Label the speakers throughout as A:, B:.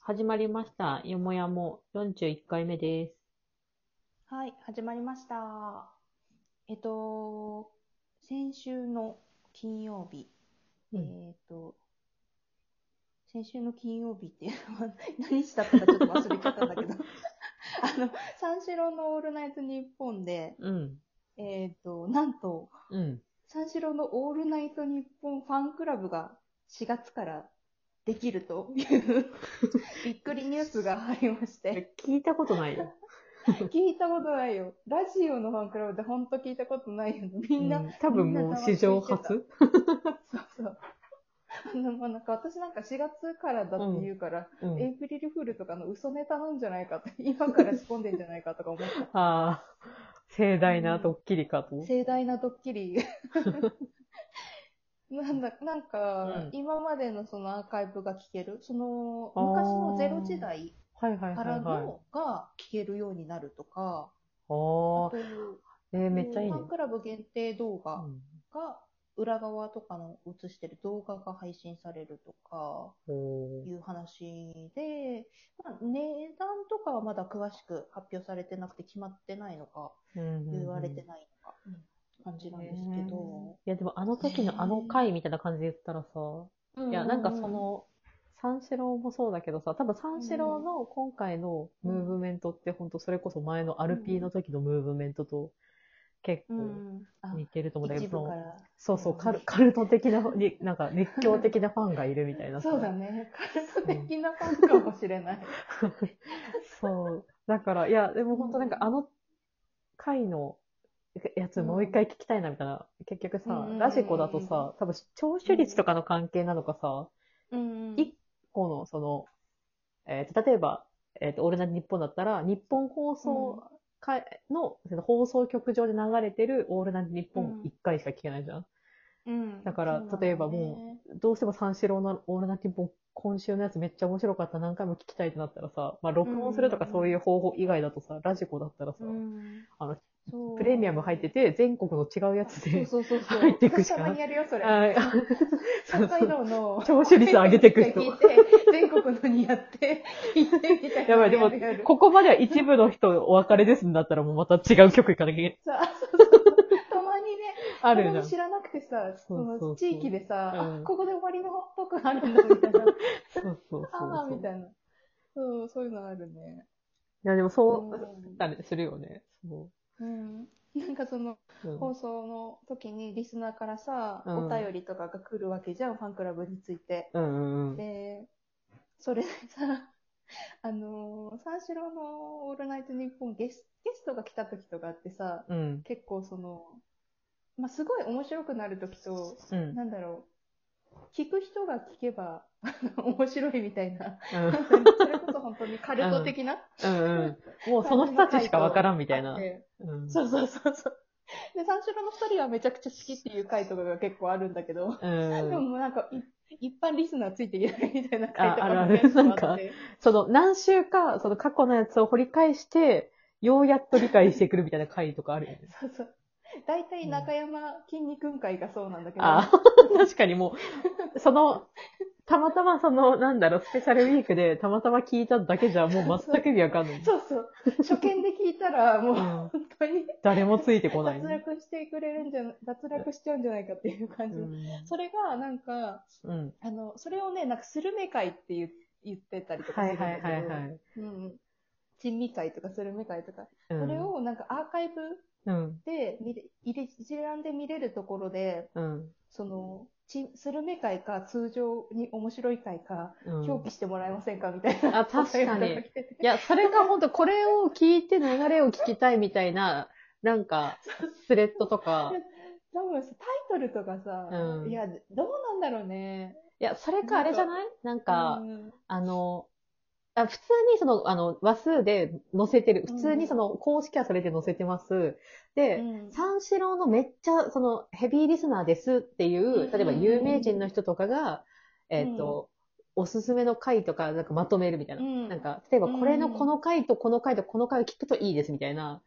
A: 始まりました。よもやも41回目です。
B: はい、始まりました。えっと、先週の金曜日、
A: うん
B: えっと、先週の金曜日っていう のは何したったかちょっと忘れちゃったんだけど、 あの、三四郎のオールナイトニッポンで、
A: うん。
B: えっと、なんと、
A: うん。
B: 三四郎のオールナイトニッポンファンクラブが4月からできるという びっくりニュースが入りまして。
A: 聞いたことないよ。
B: 聞いたことないよ。ラジオのファンクラブで本当聞いたことないよ。みんな、
A: うん多分もう史上初
B: そうそう。あの、まあ、なんか私なんか4月からだって言うから、
A: うん
B: エイプリルフールとかの嘘ネタなんじゃないかって、 今から仕込んでんじゃないかとか思った。
A: ああ、盛大なドッキリかと。
B: 盛大なドッキ リ。なんだ、なん
A: う
B: か
A: ん、
B: 今までのそのアーカイブが聞ける、その、
A: あー
B: 昔のゼロ時代
A: はいはい
B: か
A: は
B: ら
A: いはい。
B: のが聞けるようになるとか、
A: ああ、
B: という、
A: えー、めっちゃいいね
B: ファ。ンクラブ限定動画
A: うん
B: が裏側とかの映してる動画が配信されるとか
A: おー
B: いう話で、まあ、値段とかはまだ詳しく発表されてなくて決まってないのか
A: うん
B: 言われて
A: い
B: ないのか、うん感じなんですけど、
A: いやでもあの時のあの回みたいな感じで言ったらさ、いやなんかその、三四郎もそうだけどさ、多分三四郎の今回のムーブメントって本当それこそ前のアルピーの時のムーブメントと結
B: う
A: 構
B: ん、あ
A: 似てると思うんだけ
B: 一
A: ど、そ
B: 部
A: の
B: から
A: そうそう、カルカルト的な、になんか熱狂的なファンがいるみたいなさ。
B: そうだねカルト的なファンかもしれない、
A: そう。だから、いや、でも本当なんかあの回のやつもう一回聞きたいなみたいな。結局さ
B: う、ん
A: ラジコだとさ、多分聴取率とかの関係なのかさ、
B: うん
A: 一この、その、えーと、例えば、えっ、と、オールナイト日本だったら、日本放送かの、その放送局上で流れてるオールナイト日本一回しか聞けないじゃん。
B: うん
A: だから
B: そうなんだ
A: 例
B: よ
A: え
B: ね
A: ばもどうしても三四郎のオールナイト日本今週のやつめっちゃ面白かった何回も聞きたいってなったらさ、まあ録音するとか
B: うん
A: そういう方法以外だとさ、ラジコだったらさ、
B: うん
A: あの
B: そう
A: プレミアム入ってて、全国の違うやつ で、
B: そうそうそうそう。
A: 入っていくしか
B: 私たまにやるよ、それ。
A: はいそう
B: 北海 道の。
A: 聴取率上げてく 人
B: 聞いて、全国のにやって、行ってみたいな。
A: やばい、でも
B: るやる、
A: ここまでは一部の人お別れですんだったらもうまた違う曲行かなきゃいけ
B: さあそうそうそうたまにね、
A: ない。あ
B: あ
A: るじゃん。
B: 知らなくてさ、そ
A: そうそうそう
B: の地域でさ、
A: うん
B: あ、ここで終わりのとこあるんだ、みたいな。
A: そうそう
B: ああ、
A: そう
B: み。たいな。そう、そういうのあるね。
A: いや、でもそう、
B: うん
A: だね、するよね。そ
B: うん。なんかその、
A: う。うん
B: 放送の時にリスナーからさ、
A: うん
B: お便りとかが来るわけじゃん、ファンクラブについて。
A: うんうんうん。
B: で、それでさ、 あのー三四郎のオールナイトニッポンゲスゲストが来た時とかってさ、
A: うん。
B: 結構その、まあ、すごい面白くなる時と、
A: うん。
B: なんだろう、聞く人が聞けば 面白いみたいな、
A: うん
B: それこそ本当にカルト的な、
A: うんうん。もうその人たちしかわからんみたい
B: あ
A: な
B: っ。て
A: うん。
B: そうそうそうそう。で、三四郎の二人はめちゃくちゃ好きっていう回とかが結構あるんだけ
A: う
B: ど、
A: ん
B: でももうなんか、い一般リスナーついていけないみたいな回と
A: あ
B: か
A: あ
B: も
A: るある
B: 結構
A: なんか
B: って。
A: その何週か、その過去のやつを掘り返して、ようやっと理解してくるみたいな回とかあるよね
B: そうそう。大体中山筋肉会がそうなんだけど。
A: ああ、確かにもう、その、たまたまその、なんだろう、スペシャルウィークでたまたま聞いただけじゃもう全く意味わかんない。
B: そうそう。初見で聞いた ら、もう
A: う
B: 本
A: ん
B: 当に
A: 誰もついてこない
B: 脱
A: ね。
B: 落してくれるんじゃ、脱落しちゃうんじゃないかっていう感
A: う
B: じ。
A: ん。
B: それが、なんか、
A: うん。
B: あの、それをね、なんかスルメ会って言言ってたりとか
A: は
B: す
A: い
B: るんだ
A: は
B: け
A: い
B: ど。
A: はいはい。
B: うんうん。珍味会とかスルメ会とか。
A: そ
B: それ、をなんかアーカイブ
A: うん。
B: で見れ、入れ、一覧で見れるところで、
A: うん。
B: その、ちスルメ会か通常に面白い会か、
A: うん
B: 表記してもらえませんかみたいな。
A: あ確かに
B: お便りが来てて
A: いや、それが本当これを聞いて流れを聞きたいみたいな、なんか、スレッドと か。
B: 多分さ、タイトルとかさ、
A: うん
B: いや、どうなんだろうね。
A: いや、それかあれじゃないなんか
B: う、ん
A: あの、あ普通にその、あの、和数で載せてる。普通にその、公式はそれで載せてます。で、
B: うん
A: 三四郎のめっちゃ、その、ヘビーリスナーですっていう、例えば
B: うん
A: 有名人の人とかが、えっ、と、おすすめの回とか、なんかまとめるみたいな。
B: うん
A: なんか、例えばこれの
B: うん
A: この回とこの回とこの回を聞くといいですみたいな。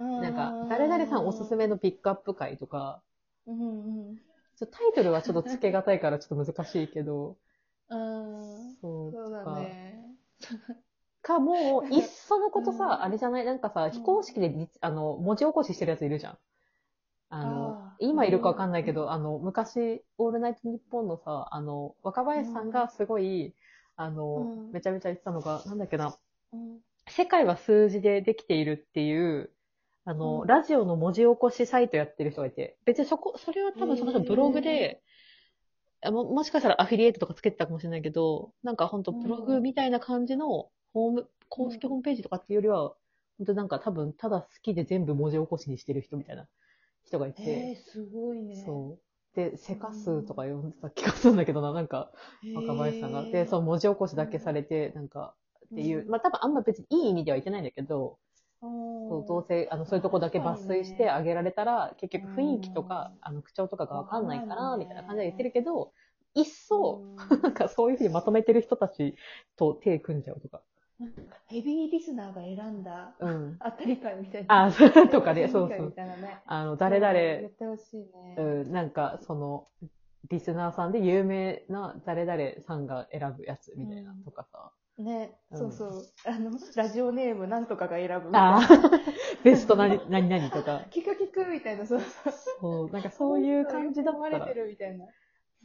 A: なんか、誰々さんおすす。めのピックアップ回とか、
B: うんうん
A: ちょっとタイトルはちょっと付けがたいからちょっと難しいけど、
B: うん。
A: か、もう、いっそのこと
B: うん
A: さ、あれじゃないなんかさ、
B: ん
A: 非公式で実、あの、文字起こししてるやついるじゃん。あの、
B: あー
A: 今いるかわかんないけど、あの、昔、オールナイトニッポンのさ、あの、若林さんがすごい、あの、
B: うん
A: めちゃめちゃ言ってたのが、なんだっけな、
B: うん
A: 世界は数字でできているっていう、あの、
B: うん
A: ラジオの文字起こしサイトやってる人がいて、別にそこ、それは多分その人ブログで、あももしかしたらアフィリエイトとかつけてたかもしれないけど、なんか本当ブログみたいな感じのホーム、公式ホームページとかっていうよりは、本当なんか多分ただ好きで全部文字起こしにしてる人みたいな人がい
B: え
A: て、
B: ー、すごいね。
A: そう。で、セカ数とか呼んでた気がするんだけどな、なんか、若林さんが。
B: へー
A: で、そう、文字起こしだけされて、なんか、っていう、
B: うん
A: まあ多分あんま別にいい意味では言ってないんだけど、
B: そ
A: そうどうせあのそういうとこだけ抜粋してあげられたら、結局雰囲気とか、
B: うん
A: あの口調とかがわかんないか、
B: わからんないね
A: みたいな感じで言ってるけど、いっそ、
B: うん
A: なんかそういうふうにまとめてる人たちと手組んじゃうとか。
B: なんか ヘビーリスナーが選んだ
A: うん。
B: 当たり会みたいな。
A: あ、そうとかで、そうそ
B: み
A: う。
B: たいなね。
A: あの、誰々
B: やっ、てほしいね。
A: うん、なんかその、リスナーさんで有名な誰々さんが選ぶやつみたいなとかさ。
B: ね、
A: うん
B: そうそう。あの、ラジオネームなんとかが選ぶみたい
A: あ
B: な。
A: あ、ベストなに何々とか。
B: 聞く聞くみたいな、そうそう。
A: そう、なんかそういう感じだっ
B: 思わ
A: た
B: れ
A: ら
B: て。るみたいな。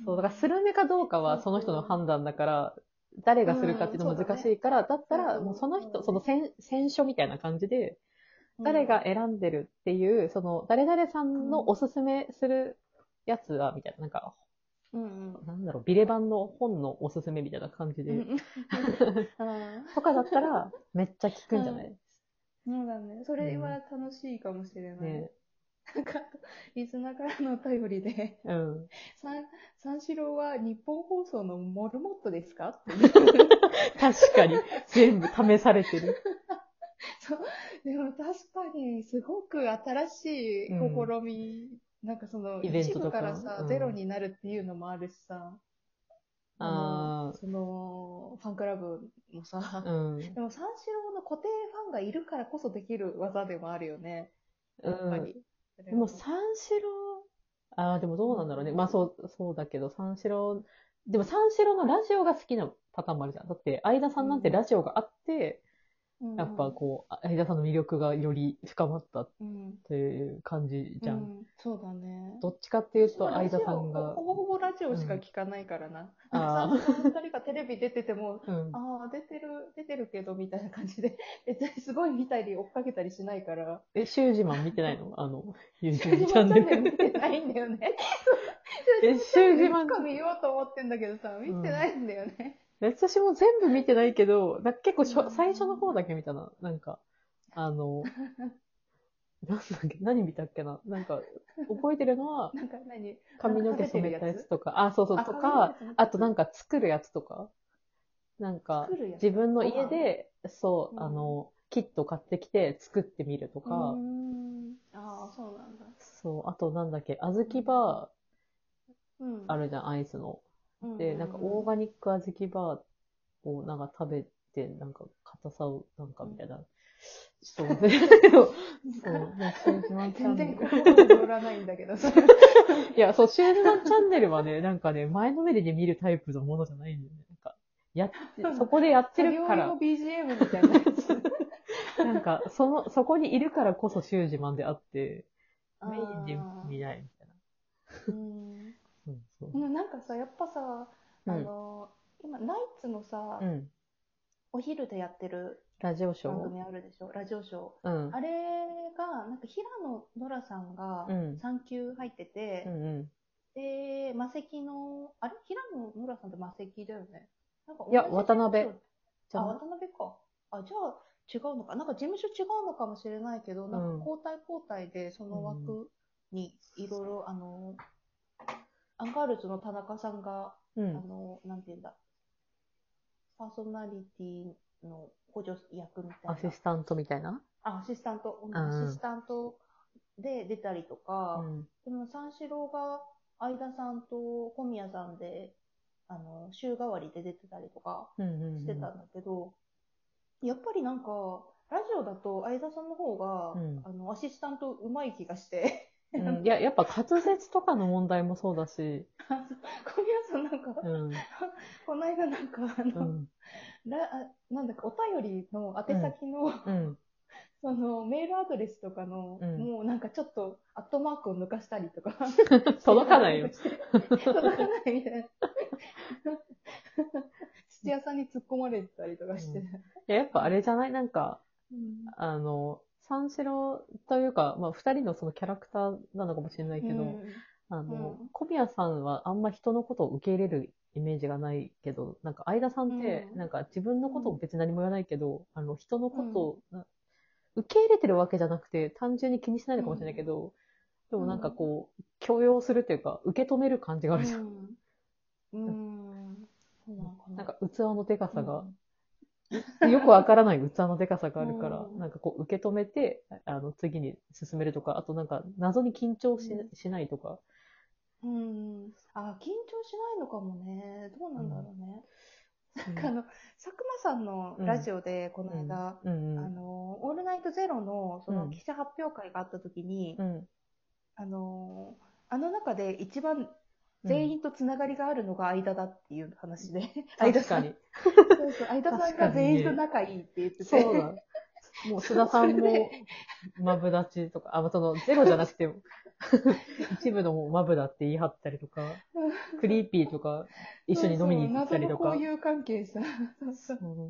A: そう、だからスルメかどうかはその人の判断だから、誰がするかっていうの
B: うんそうだ
A: 難
B: ね
A: しいから、だったら
B: うん
A: もうその人、その選選書みたいな感じで、誰が選んでるっていう、その誰々さんのおすすめするやつは、みたいな、なんか、
B: うんうん。
A: なんだろう、ビレ版の本のおすすめみたいな感じ
B: うんう
A: で、
B: ん。 あー
A: とかだったらめっちゃ聞くんじゃない
B: そうだね。それは楽しいかもしれない。
A: ね。
B: なんか、リスナーからのお便りで、
A: うん。
B: 三三四郎は日本放送のモルモットですかって
A: 確かに、全部試されてる。
B: そう。でも確かに、すごく新しい試み。なんかその、
A: イベン
B: 一
A: トとか
B: 部からさ、
A: うん
B: ゼロになるっていうのもあるしさ、
A: あ
B: その、ファンクラブもさ
A: あ、、うん。
B: でも三四郎の固定ファンがいるからこそできる技でもあるよね。やっぱり。それ
A: で
B: は
A: も三四郎、ああ、でもどうなんだろうね。まあそう、そうだけど、三四郎、でも三四郎のラジオが好きなパターンもあるじゃん。だって、相田さんなんてラジオがあって、
B: うん
A: やっぱこう、相田さんの魅力がより深まったっ
B: うん。
A: ていう感じじゃん。
B: うんそうだね。
A: どっちかっていうと、
B: まあ
A: 相田さん
B: ラジオ
A: が
B: ほ、ぼほぼラジオしか聞かないからな。
A: うんあー
B: 三四郎の二人がテレビ出てても、
A: うん。
B: ああ、出てる、出てるけど、みたいな感じで、別にすごい見たり追っかけたりしないから、
A: え、シュージマン見てないのあの、
B: シュー
A: YouTube
B: ジ
A: チ
B: マ
A: ャ
B: ン
A: ン
B: チ
A: ネ
B: ャンネル見
A: ル。
B: てないんだよね。
A: え、シュージマン
B: いつ、か見ようと思ってんだけどさ、見てないんだよね。
A: 私も全部見てないけど、なんか結構し
B: う
A: ょ
B: ん
A: 最初の方だけ見たな。なんか、あ の、なんだっけ、何見たっけな。なんか、覚えてるのは、
B: なんか何
A: 髪の毛染めたやつとか、あ、そうそう、とか、、あとなんか作るやつとか、なんか
B: 作るやつ、
A: 自分の家で、そうう、
B: ん
A: あの、キット買ってきて作ってみると
B: 髪の
A: か、
B: 毛染めたやつうーんああ、そうなんだ。
A: そう、あとなんだっけ、小豆バ
B: うん
A: ーあるじゃん、アイスの。
B: うん
A: で、なんかオーガニック小豆バーをなんか食べて、なんか硬さをなんかみたいな。 ちょっと覚えてないけど、そう、もうシューズマンチャ
B: 全
A: ンネ
B: 然
A: ル。
B: 心が乗らないんだけ どさ。
A: いや、そう、シューズマンチャンネルはね、なんかね、前のめりで見るタイプのものじゃないんだよね。なんか、やって、そこでやってるか
B: 作業
A: ら
B: 用、BGM みたいなやつ。
A: なんか、その、そこにいるからこそシュージマンであって、 メインで見ないみたいな。
B: うん
A: そうそう。
B: うんなんかさ、やっぱさ、
A: う
B: あ
A: ん。
B: の、今、ナイツのさ、
A: うん。
B: お昼でやってる
A: ラジオショ
B: 番
A: ー
B: 組あるでしょラジオショ
A: うん
B: ー。。あれが、なんか平野ノラさんが
A: うん
B: 産休入ってて
A: う、んうん。
B: で、魔石の、あれ平野ノラさんって魔石だよねなんか
A: いや
B: 同じ
A: 渡辺
B: 事務
A: じ
B: 所
A: ゃ
B: あ、
A: あ、
B: 渡辺か。あ、じゃあ、違うのか。なんか事務所違うのかもしれないけど、なん
A: うん
B: か交代交代で、その枠に、いろいろ、あの、アンガールズの田中さんが
A: う
B: あ
A: ん。
B: の、なんて言うんだ。パーソナリティの補助役みたいな。
A: アシスタントみたいな。
B: あアシスタント。うん
A: うん
B: アシスタントで出たりと
A: う
B: か、
A: ん。
B: でも三四郎が相田さんと小宮さんで、あの、週替わりで出てたりとか
A: うんうん。
B: してたんだけど、やっぱりなんか、ラジオだと相田さんの方が、
A: うん
B: あの、アシスタントうまい気がして、
A: うんいや、やっぱ滑舌とかの問題もそうだし、
B: 小宮さんなんか、
A: うん。
B: この間なんか、あ
A: う
B: の、
A: ん。
B: らあなんだかお便りの宛先の、
A: うん。
B: そのメールアドレスとかの、
A: うん
B: もうなんかちょっとアットマークを抜かしたりとか。
A: 届かないよ。
B: 届かないみたいな。 土屋さんに突っ込まれたりとかして。
A: いややっぱあれじゃないなんか、
B: うん
A: あの、三四郎というか、まあ、二人のそのキャラクターなのかもしれないけど、
B: うん
A: あの
B: うん、
A: 小宮さんはあんま人のことを受け入れるイメージがないけど、なんか、相田さんって、
B: うん
A: なんか自分のことを別に何も言わないけど、あの、人のことを、な受け入れてるわけじゃなくて、単純に気にしないのかもしれないけど、でもなんかこう、許容するというか、受け止める感じがあるじゃん。
B: うん。そうなのか
A: な
B: なん
A: か器のでかさが
B: う、ん
A: よくわからない器のでかさがあるから、
B: うん
A: なんかこう受け止めて、あの、次に進めるとか、あとなんか謎に緊張し,、
B: うん
A: しないとか、
B: うん。あ、緊張しないのかもね。どうなんだろうね。なんかあの、佐久間さんのラジオで、この間、
A: うんう
B: あ
A: ん。
B: の、オールナイトゼロの、そうの、
A: ん
B: 記者発表会があった時に、
A: うん。
B: あの、あの中で一番全員とつながりがあるのが間だっていう話で、相田
A: 確
B: さ
A: か
B: ん。
A: に。
B: そうそう、相田さんが全員と仲いいって言ってて。
A: そうだ。もう須田さん
B: それ
A: も、マブダチとか、あ、まあその、ゼロじゃなくても、 一部のもうマブダって言い張ったりとか、クリーピーとか、一緒に飲みに行ったりと
B: そうそう謎の
A: か。
B: 交友関係さ。そうそう
A: うん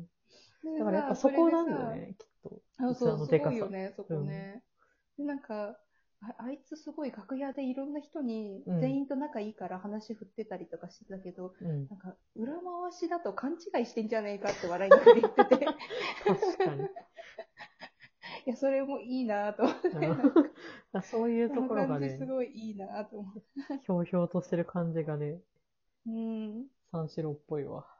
B: で
A: だからやっぱ
B: さ
A: そこなんだよ
B: それでさ
A: ね、きっと。
B: あそう、
A: 器の
B: す
A: でかさ
B: ごいよね、そこね。でなんかあ、あいつすごい楽屋でいろんな人に
A: うん
B: 全員と仲いいから話振ってたりとかしてたけど、
A: うん。
B: なんか裏回しだと勘違いしてんじゃねえかって笑いながら言って て、い
A: 確かに。
B: や、それもいいなと思って、
A: うん
B: こ
A: あそういうと
B: の
A: ころが
B: 感じ
A: ね
B: す、ごいいいなと思って。
A: ひょうひょうとしてる感じがね、
B: うん。
A: 三四郎っぽいわ。